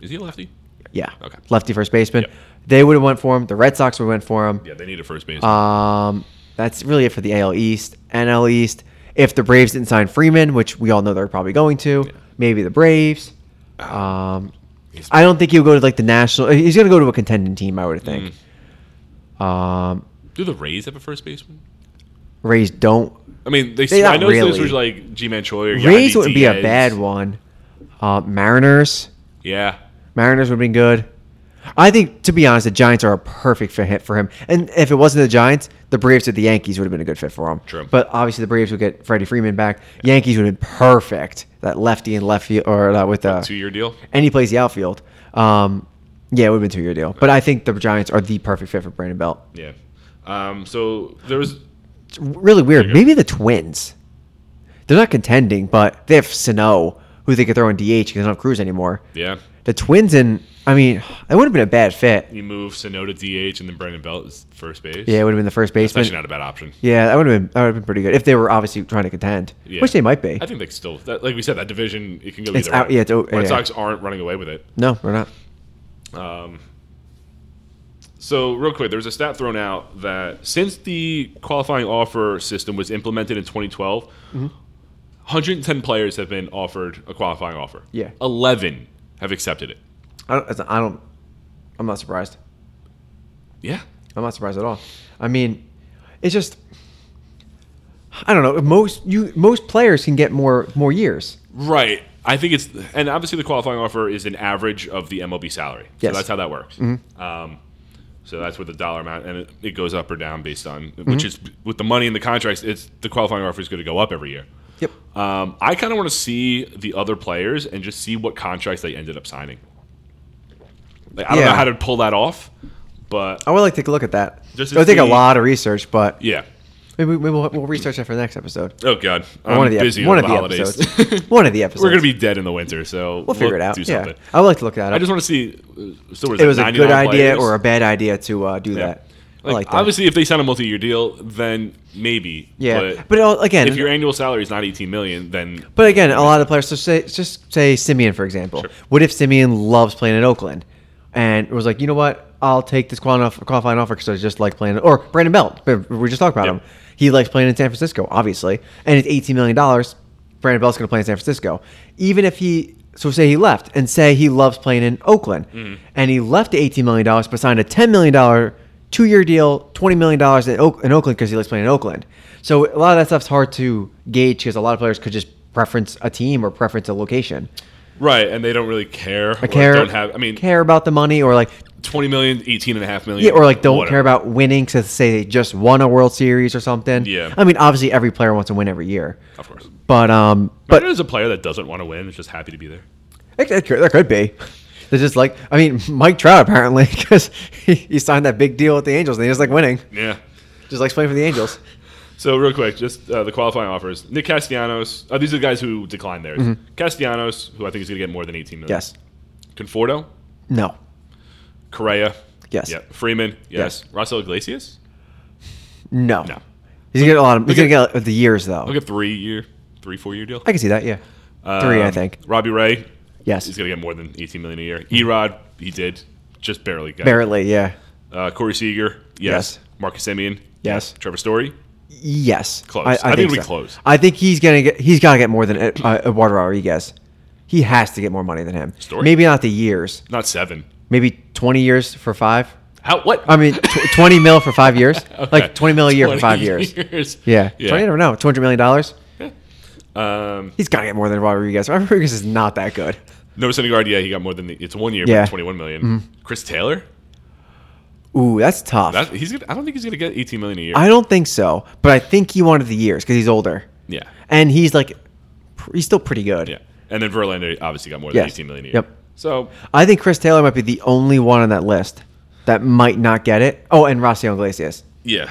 A: Is he a lefty?
B: yeah,
A: Okay.
B: lefty first baseman.
A: Yep.
B: They would have went for him. The Red Sox would have went for him.
A: Yeah, they need a first baseman.
B: Um, that's really it for the AL East, NL East. If the Braves didn't sign Freeman, which we all know they're probably going to, maybe the Braves. Um,
A: Ah. He's- Mm.
B: I don't think he'll go to like the national. uh, He's going to go to a contending team, I would think. Um,
A: do the Rays have a first baseman?
B: Rays don't.
A: I mean, they.
B: They
A: I
B: not
A: know those
B: really.
A: were like G-Man Choi or
B: Rays
A: Yandy
B: wouldn't be a
A: Diaz.
B: bad one. Uh, Mariners,
A: Yeah,
B: Mariners would have been good. I think, to be honest, the Giants are a perfect fit for him. And if it wasn't the Giants, the Braves or the Yankees would have been a good fit for him.
A: True.
B: But obviously, the Braves would get Freddie Freeman back. Yankees would have been perfect. That lefty and left field, or that with uh,
A: two-year deal.
B: and he plays the outfield. Um, yeah, it would have been two year deal. But I think the Giants are the perfect fit for Brandon Belt.
A: Yeah. Um, so there was
B: It's really weird. Maybe the Twins. They're not contending, but they have Sano, who they could throw in DH because they don't have Cruz anymore.
A: yeah.
B: The Twins and I mean, it would have been a bad fit.
A: You move Sano to DH and then Brandon Belt is first base.
B: Yeah, it would have been the first
A: it's actually
B: baseman.
A: not a bad option.
B: Yeah, that would have been that would have been pretty good if they were obviously trying to contend,
A: Yeah.
B: which they might be.
A: I think they still, that, like we said, that division it can go
B: It's
A: either
B: out-
A: way.
B: yeah, it's o-
A: Red
B: yeah.
A: Sox aren't running away with it.
B: No, we're not.
A: Um, so real quick, there was a stat thrown out that since the qualifying offer system was implemented in 2012,
B: Mm-hmm.
A: 110 players have been offered a qualifying offer.
B: Yeah.
A: 11 have accepted it.
B: I don't, it's not- I don't. I'm not surprised.
A: Yeah.
B: I'm not surprised at all. I mean, it's just I don't know. Most you most players can get more more years.
A: Right. I think it's, and obviously the qualifying offer is an average of the MLB salary. So
B: Yes. Mm-hmm.
A: that's how that works. Um, so that's where the dollar amount, and it, it goes up or down based on, which
B: Mm-hmm.
A: is with the money in the contracts, it's the qualifying offer is going to go up every year.
B: Yep.
A: Um, I kind of want to see the other players and just see what contracts they ended up signing. Like, I don't know
B: Yeah.
A: how to pull that off, but
B: I would like to take a look at that.
A: Just
B: It'll
A: to
B: take a
A: see-
B: lot of research, but
A: yeah.
B: maybe, maybe we'll, we'll research that for the next episode.
A: Oh God, I'm
B: one of the ep-
A: busy
B: one
A: over
B: of the
A: the holidays.
B: episodes. one of the episodes.
A: We're gonna be dead in the winter, so
B: We'll figure it out.
A: Do
B: Yeah,
A: something.
B: I would like to look that up.
A: I just want to see. uh, So
B: it was a good idea or
A: a.
B: a bad idea to uh, do
A: Yeah.
B: that.
A: Like,
B: like that.
A: Obviously, if they sign a multi-year deal, then maybe.
B: Yeah,
A: But,
B: but, all again,
A: if your annual salary is not 18 million, then
B: But again, a lot of players. So say, just say Simeon, for example.
A: Sure.
B: What if Simeon loves playing at Oakland, and was like, you know what, I'll take this qualifying off- qualifying offer because I just like playing. Or Brandon Belt, but we just talked about
A: Yep.
B: him. He likes playing in San Francisco, obviously, and it's eighteen million dollars. Brandon Belt's going to play in San Francisco, even if he. So say he left, and say he loves playing in Oakland,
A: Mm.
B: and he left the eighteen million dollars, but signed a ten million dollar two-year deal, twenty million dollars in, Oak- in Oakland because he likes playing in Oakland. So a lot of that stuff's hard to gauge because a lot of players could just preference a team or preference a location.
A: right, and they don't really care.
B: I care.
A: Don't have. I mean,
B: care about the money or like
A: 20 million, 18 and a half million.
B: yeah, or like don't
A: whatever.
B: care about winning. So say they just won a World Series or something.
A: Yeah.
B: I mean, obviously every player wants to win every year,
A: Of course.
B: but um,
A: But
B: but
A: there's a player that doesn't want to win. Is just happy to be there.
B: it, it could, that could be. They're just like I mean, Mike Trout apparently because he, he signed that big deal with the Angels and he just like winning,
A: Yeah.
B: just likes playing for the Angels.
A: So real quick, just uh, the qualifying offers. Nick Castellanos. Oh, these are the guys who declined theirs. Castellanos, who I think is going to get more than 18 million.
B: Mm-hmm. Yes.
A: Conforto,
B: No.
A: Correa.
B: Yes.
A: Yep. Freeman. Yes. Russell Iglesias.
B: No.
A: No.
B: He's gonna get a lot of. He's gonna get the years though.
A: Like a three year, three four year deal.
B: I can see that. Yeah. Three, I
A: Um,
B: think.
A: Robbie Ray.
B: Yes.
A: He's going to get more than 18 million a year. Erod, he did, just barely got. it.
B: Barely. Yeah.
A: Uh, Corey Seager. Yes.
B: Yes.
A: Marcus Simeon.
B: Yes.
A: Trevor Story.
B: Yes.
A: Close. I think it'll be close.
B: I think he's gonna get. He's got to get more than uh, Eduardo Rodriguez. He has to get more money than him.
A: Story.
B: Maybe not the years.
A: Not seven.
B: Maybe twenty years for five.
A: How? What?
B: I mean, tw- twenty mil for five years.
A: Okay.
B: Like twenty mil a year for
A: 20
B: five years.
A: years.
B: Yeah.
A: Yeah.
B: Twenty. I don't know. Two hundred million dollars.
A: Um,
B: He's got to get more than Eduardo Rodriguez. Eduardo Rodriguez is not that good.
A: Noah Syndergaard, yeah, he got more than the, it's one year,
B: Yeah. Mm-hmm.
A: but 21 million. Chris Taylor,
B: Ooh, that's tough.
A: that, he's gonna, I don't think he's gonna get 18 million a year.
B: I don't think so, but I think he wanted the years because he's older.
A: yeah,
B: and he's like pr- he's still pretty good.
A: yeah. And then Verlander obviously got more than
B: Yes.
A: 18 million a year.
B: Yep.
A: So
B: I think Chris Taylor might be the only one on that list that might not get it. Oh, and Rossio Iglesias.
A: yeah.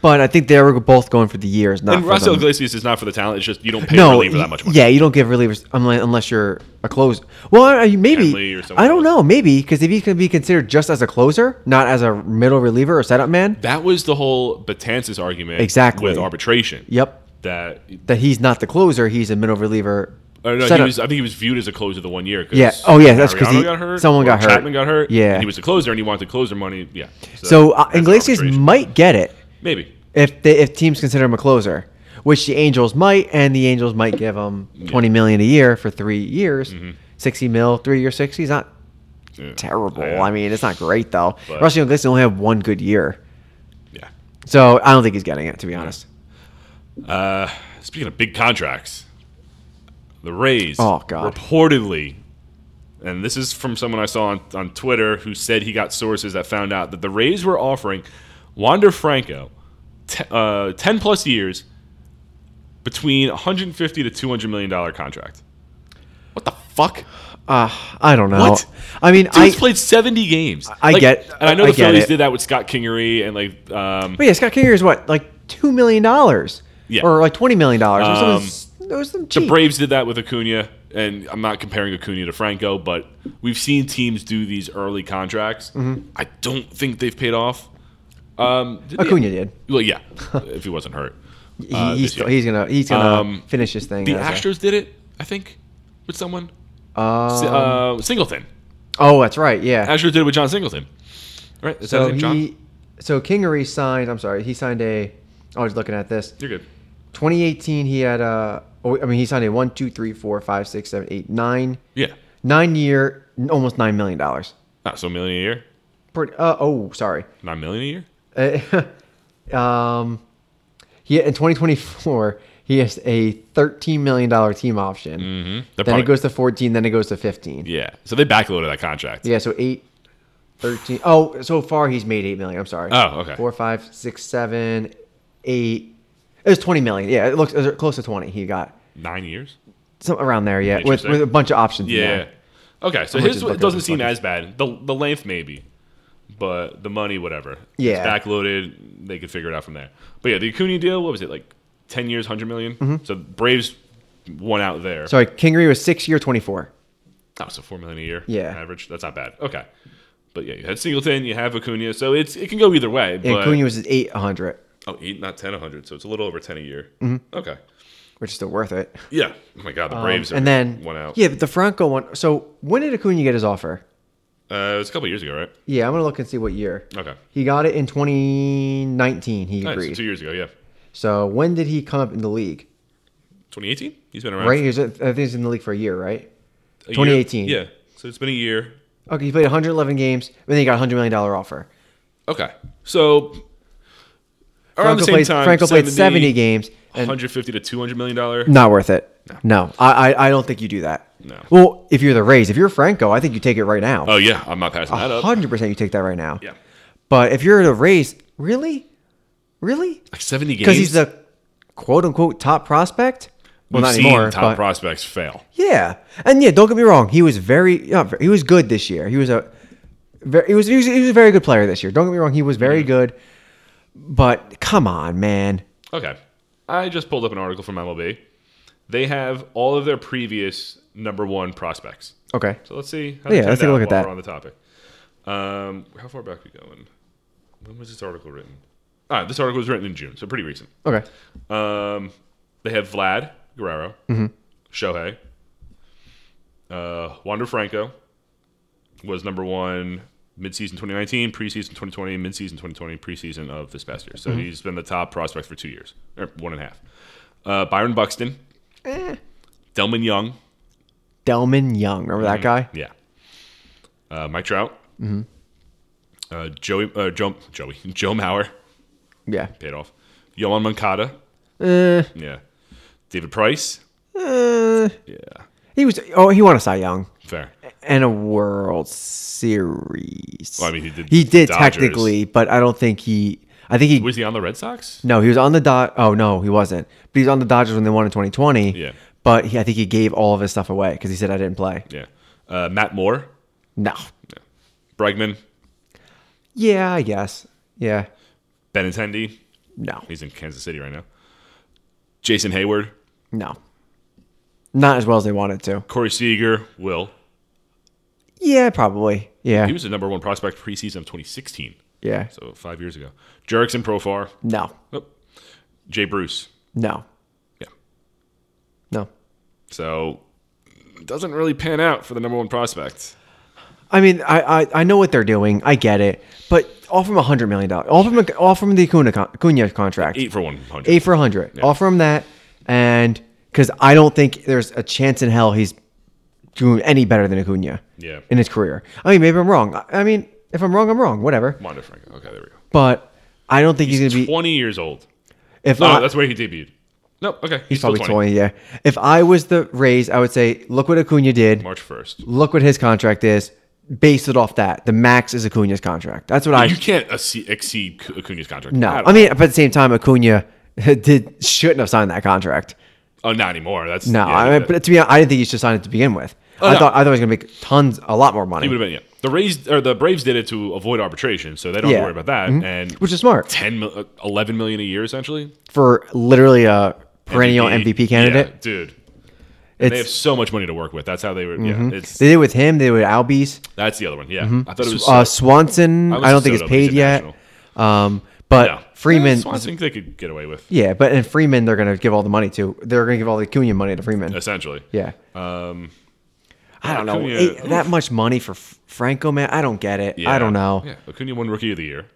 B: But I think they were both going for the years, not
A: And
B: for
A: Russell
B: them.
A: Iglesias is not for the talent. It's just you don't pay
B: no,
A: reliever that much money.
B: yeah, you don't give relievers unless, unless you're a closer. Well, are you-
A: Kenley
B: maybe
A: or someone
B: I don't
A: else.
B: know, maybe because if he can be considered just as a closer, not as a middle reliever or setup man.
A: That was the whole Batanzas argument
B: Exactly.
A: with arbitration.
B: Yep,
A: That
B: that he's not the closer; he's a middle reliever.
A: or no, he
B: setup-
A: was, I think he was viewed as a closer the one year. 'cause
B: Yeah. Oh, yeah, that's 'cause
A: Mariano
B: he-
A: got hurt.
B: someone
A: or
B: got hurt.
A: Chapman got hurt.
B: Yeah.
A: and he was a closer and he wanted closer money. Yeah.
B: so uh,
A: that's
B: Iglesias
A: arbitration.
B: might get it.
A: maybe
B: if they, if teams consider him a closer, which the Angels might, and the Angels might give him twenty million a year for three years,
A: Mm-hmm.
B: sixty mil, three year sixty is not
A: Yeah.
B: terrible.
A: Yeah.
B: I mean, it's not great though.
A: But-
B: Russell Iglesias only had one good year,
A: yeah.
B: so I don't think he's getting it to be honest.
A: Uh, speaking of big contracts, the Rays
B: Oh, God.
A: reportedly, and this is from someone I saw on, on Twitter who said he got sources that found out that the Rays were offering Wander Franco te- uh, 10 plus years between 150 to 200 million dollar contract. What the fuck?
B: Uh, I don't know.
A: What?
B: I mean, I
A: Dude's played 70 games.
B: I
A: Like,
B: get-
A: and I know
B: I
A: the
B: get
A: Phillies
B: it.
A: did that with Scott Kingery and like um,
B: but yeah, Scott Kinger is what like two million dollars,
A: Yeah.
B: or like twenty million dollars, or
A: Um,
B: something. s- It was some cheap.
A: The Braves did that with Acuna, and I'm not comparing Acuna to Franco, but we've seen teams do these early contracts.
B: Mm-hmm.
A: I don't think they've paid off. Um, did they-
B: Oh, Acuna did.
A: well, yeah, if he wasn't hurt.
B: He,
A: uh,
B: he's,
A: this year.
B: he's gonna he's gonna
A: Um,
B: finish this thing.
A: the
B: as a-
A: Astros did it, I think, with someone. Si-
B: Um,
A: uh, Singleton.
B: oh, that's right. Yeah.
A: Astros did it with John Singleton. Right? Is that
B: So
A: his name, John?
B: he, so Kingery signed. I'm sorry, he signed a. I was looking at this.
A: You're good.
B: 2018, he had a. oh, I mean, he signed a one, two, three, four, five, six, seven, eight, nine,
A: Yeah.
B: nine year, almost nine million dollars.
A: Ah, so a million a year?
B: Pretty. Uh, oh, sorry.
A: Nine million a year?
B: Uh, um, he in 2024 he has a 13 million dollar team option.
A: They're
B: Then
A: Mm-hmm. probably-
B: it goes to 14. Then it goes to 15. Yeah.
A: Yeah. So they backloaded that contract.
B: so eight. 13. Oh, so far he's made 8 million. I'm sorry.
A: Oh, okay.
B: Four, five, six, seven, eight. It was 20 million. Yeah, it looks it was close to 20 he got.
A: Nine years?
B: Some around there, yeah, with,
A: Interesting.
B: with a bunch of options. in
A: Yeah.
B: there.
A: Okay, so
B: I'm gonna
A: his
B: just look
A: it
B: at
A: doesn't
B: this
A: seem
B: fucking-
A: as bad. The the length maybe, but the money whatever.
B: Yeah.
A: it's backloaded. They could figure it out from there. But yeah, the Acuna deal. What was it like? Ten years, 100
B: Mm-hmm.
A: So Braves won out there.
B: Sorry, Kingery was 6 year 24.
A: oh, so four million a year.
B: Yeah.
A: average. That's not bad. Okay, But yeah, you had Singleton, you have Acuna, so it's it can go either way.
B: And
A: but,
B: Cunha was at 800,
A: oh, eight, not ten, a hundred, so it's a little over ten a year.
B: Mm-hmm.
A: Okay,
B: which is still worth it.
A: yeah. Oh my God, the Braves
B: Um, and
A: are
B: then
A: one out.
B: Yeah, but the Franco one. So when did Acuna get his offer?
A: Uh, it was a couple years ago, right?
B: Yeah, I'm gonna look and see what year.
A: Okay,
B: He got it in 2019. He
A: nice.
B: agreed.
A: Two years ago, yeah.
B: So when did he come up in the league?
A: 2018. He's been around
B: Right, he was, I think he's in the league for a year, right?
A: a year.
B: 2018.
A: Yeah, so it's been a year.
B: Okay, he played 111 games, and then he got a hundred million dollar offer.
A: Okay, so around the
B: Franco
A: same
B: played,
A: time,
B: Franco played 70 games, and
A: 150 to 200 million dollar.
B: Not worth it. No, I, I I don't think you do that.
A: No.
B: Well, if you're the Rays, if you're Franco, I think you take it right now.
A: Oh yeah, I'm not passing that up.
B: Hundred percent, you take that right now.
A: Yeah,
B: But if you're the Rays, really, really,
A: like 70 games.
B: because he's the quote unquote top prospect.
A: We've
B: Well, not
A: seen
B: anymore.
A: top
B: but-
A: prospects fail.
B: yeah, and yeah, don't get me wrong. He was very, yeah, he was good this year. He was a, very, he was he was he was a very good player this year. Don't get me wrong. He was very good, but come on, man.
A: Okay. I just pulled up an article from MLB. They have all of their previous number one prospects.
B: Okay.
A: So let's see. How
B: Yeah,
A: they turned
B: let's take
A: out
B: a look at
A: while
B: that.
A: We're on the topic. Um, how far back are we going? When was this article written? All right, this article was written in June, so pretty recent.
B: Okay.
A: Um, they have Vlad Guerrero, Shohei, uh, Wander Franco was number one midseason 2019, preseason 2020, midseason 2020, preseason of this past year. So he's been the top prospect for two years, or one and a half. Uh, Byron Buxton, Delman Young,
B: Delman Young, remember that guy?
A: yeah, uh, Mike Trout, uh, Joey, uh, Joe, Joey, Joe Mauer,
B: Yeah.
A: paid off, Yohan Moncada,
B: Uh,
A: yeah, David Price,
B: uh,
A: yeah,
B: he was. Oh, he won a Cy Young
A: fair.
B: and a World Series.
A: Well, I mean, he did
B: he did
A: Dodgers.
B: technically, but I don't think he. I think he.
A: Was he on the Red Sox?
B: no, he was on the dot. Oh no, he wasn't. But he's on the Dodgers when they won in 2020.
A: Yeah.
B: But he, I think he gave all of his stuff away because he said I didn't play.
A: Yeah. Uh, Matt Moore,
B: No.
A: Bregman,
B: Yeah, I guess. Yeah.
A: Benintendi.
B: No.
A: He's in Kansas City right now. Jason Hayward,
B: No. Not as well as they wanted to.
A: Corey Seager, Will.
B: Yeah, probably. Yeah.
A: He was the number one prospect preseason of 2016,
B: yeah.
A: so five years ago. Jerickson Profar,
B: No.
A: oh, Jay Bruce.
B: No.
A: Yeah.
B: No.
A: So doesn't really pan out for the number one prospect.
B: I mean, I, I I know what they're doing. I get it, but offer him a hundred million dollars. Offer him a, offer him the Cunha, con- Cunha contract, eight,
A: Eight for 100.
B: for a hundred. Offer him that, and because I don't think there's a chance in hell he's doing any better than Acuna
A: Yeah.
B: in his career. I mean, maybe I'm wrong. I, I mean, if I'm wrong, I'm wrong. Whatever.
A: Mondo Franco. Okay, there we go.
B: But I don't think he's, gonna be.
A: 20 years old.
B: If
A: No,
B: I,
A: that's where he debuted. No, okay. He's,
B: he's
A: still
B: probably
A: 20.
B: 20. Yeah. If I was the Rays, I would say, look what Acuna did.
A: March 1st.
B: Look what his contract is. Base it off that. The max is Acuna's contract. That's what I.
A: You can't exceed, exceed Cu- Acuna's contract.
B: No,
A: at all.
B: I mean, but at the same time, Acuna did shouldn't have signed that contract.
A: Oh, not anymore. That's
B: No,
A: yeah,
B: I mean,
A: that-
B: but to be honest, I didn't think he should sign it to begin with. I
A: no.
B: thought I thought he was going to make tons, a lot more
A: he
B: money,
A: would have been. Yeah, the Rays or the Braves did it to avoid arbitration, so they don't have
B: Yeah. Mm-hmm.
A: to worry about that. And
B: which is smart
A: 10, mil- uh, 11 million a year essentially.
B: for literally a perennial MVP, candidate.
A: yeah, dude.
B: it's, Mm-hmm.
A: They have so much money to work with. That's how they were. Yeah, it's
B: they did it with him. They did it with Albies,
A: that's the other one. Yeah, I thought it was.
B: uh, Swanson.
A: I was
B: I,
A: just
B: don't think
A: Soto,
B: it's
A: but he's
B: paid yet. Um, but
A: no.
B: Freeman,
A: I think they could get away with
B: yeah, but and Freeman, they're going to give all the money to. They're going to give all the Acuna money to Freeman.
A: essentially.
B: Yeah.
A: Um,
B: I don't know
A: Acuna-
B: Eight- that much money for F- Franco, man. I don't get it. I don't know.
A: Yeah, Acuna won Rookie of the Year,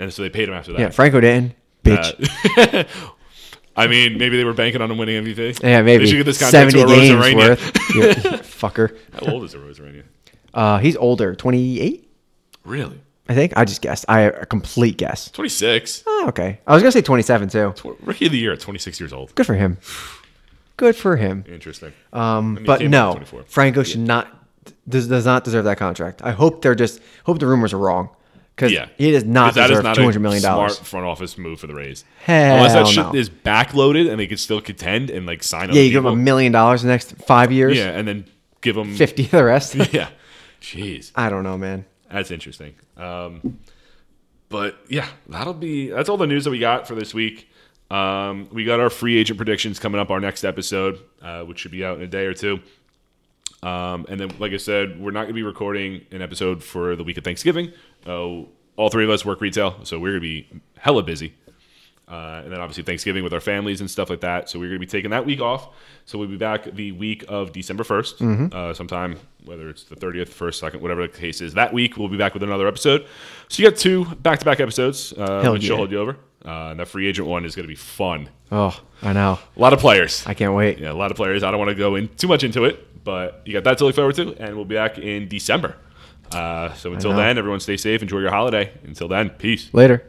A: and so they paid him after that.
B: Yeah, Franco didn't. Bitch.
A: Uh, I mean, maybe they were banking on him winning MVP.
B: yeah, maybe.
A: They should get this contract
B: 70
A: to a
B: games
A: Rosarania.
B: worth. Yeah, fucker.
A: How old is a Rosarania?
B: Uh, he's older, 28,
A: Really?
B: I think. I just guessed. I a complete guess.
A: 26.
B: Oh, okay. I was going to say 27 too.
A: Tw- Rookie of the year at 26 years old.
B: Good for him. Good for him.
A: Interesting.
B: Um,
A: And he
B: but
A: came out at
B: no,
A: 24.
B: Franco should not does, does not deserve that contract. I hope they're just hope the rumors are wrong cuz
A: Yeah.
B: he does not
A: 'Cause that is
B: deserve
A: not a
B: 200 million dollars.
A: Smart front office move for the Rays.
B: Hell
A: Unless that shit
B: no.
A: is backloaded and they could still contend and like sign other
B: Yeah, you give him a
A: people.
B: million dollars the next 5 years,
A: Yeah, and then give them
B: 50 the rest.
A: Yeah. Jeez.
B: I don't know, man.
A: That's interesting. Um, but yeah, that'll be that's all the news that we got for this week. Um, we got our free agent predictions coming up our next episode, uh, which should be out in a day or two. Um, and then, like I said, we're not going to be recording an episode for the week of Thanksgiving. Uh, all three of us work retail, so we're going to be hella busy. Uh, and then, obviously, Thanksgiving with our families and stuff like that. So, we're going to be taking that week off. So, we'll be back the week of December 1st, uh, sometime, whether it's the 30th, 1st, 2nd, whatever the case is. That week, we'll be back with another episode. So, you got two back to back episodes, uh,
B: Hell
A: which will
B: yeah.
A: hold you over. Uh, and that free agent one is going to be fun.
B: Oh, I know.
A: A lot of players.
B: I can't wait.
A: Yeah, a lot of players. I don't want to go in too much into it, but you got that to look forward to, and we'll be back in December. Uh, so until
B: know.
A: then, everyone stay safe, enjoy your holiday. Until then, peace.
B: Later.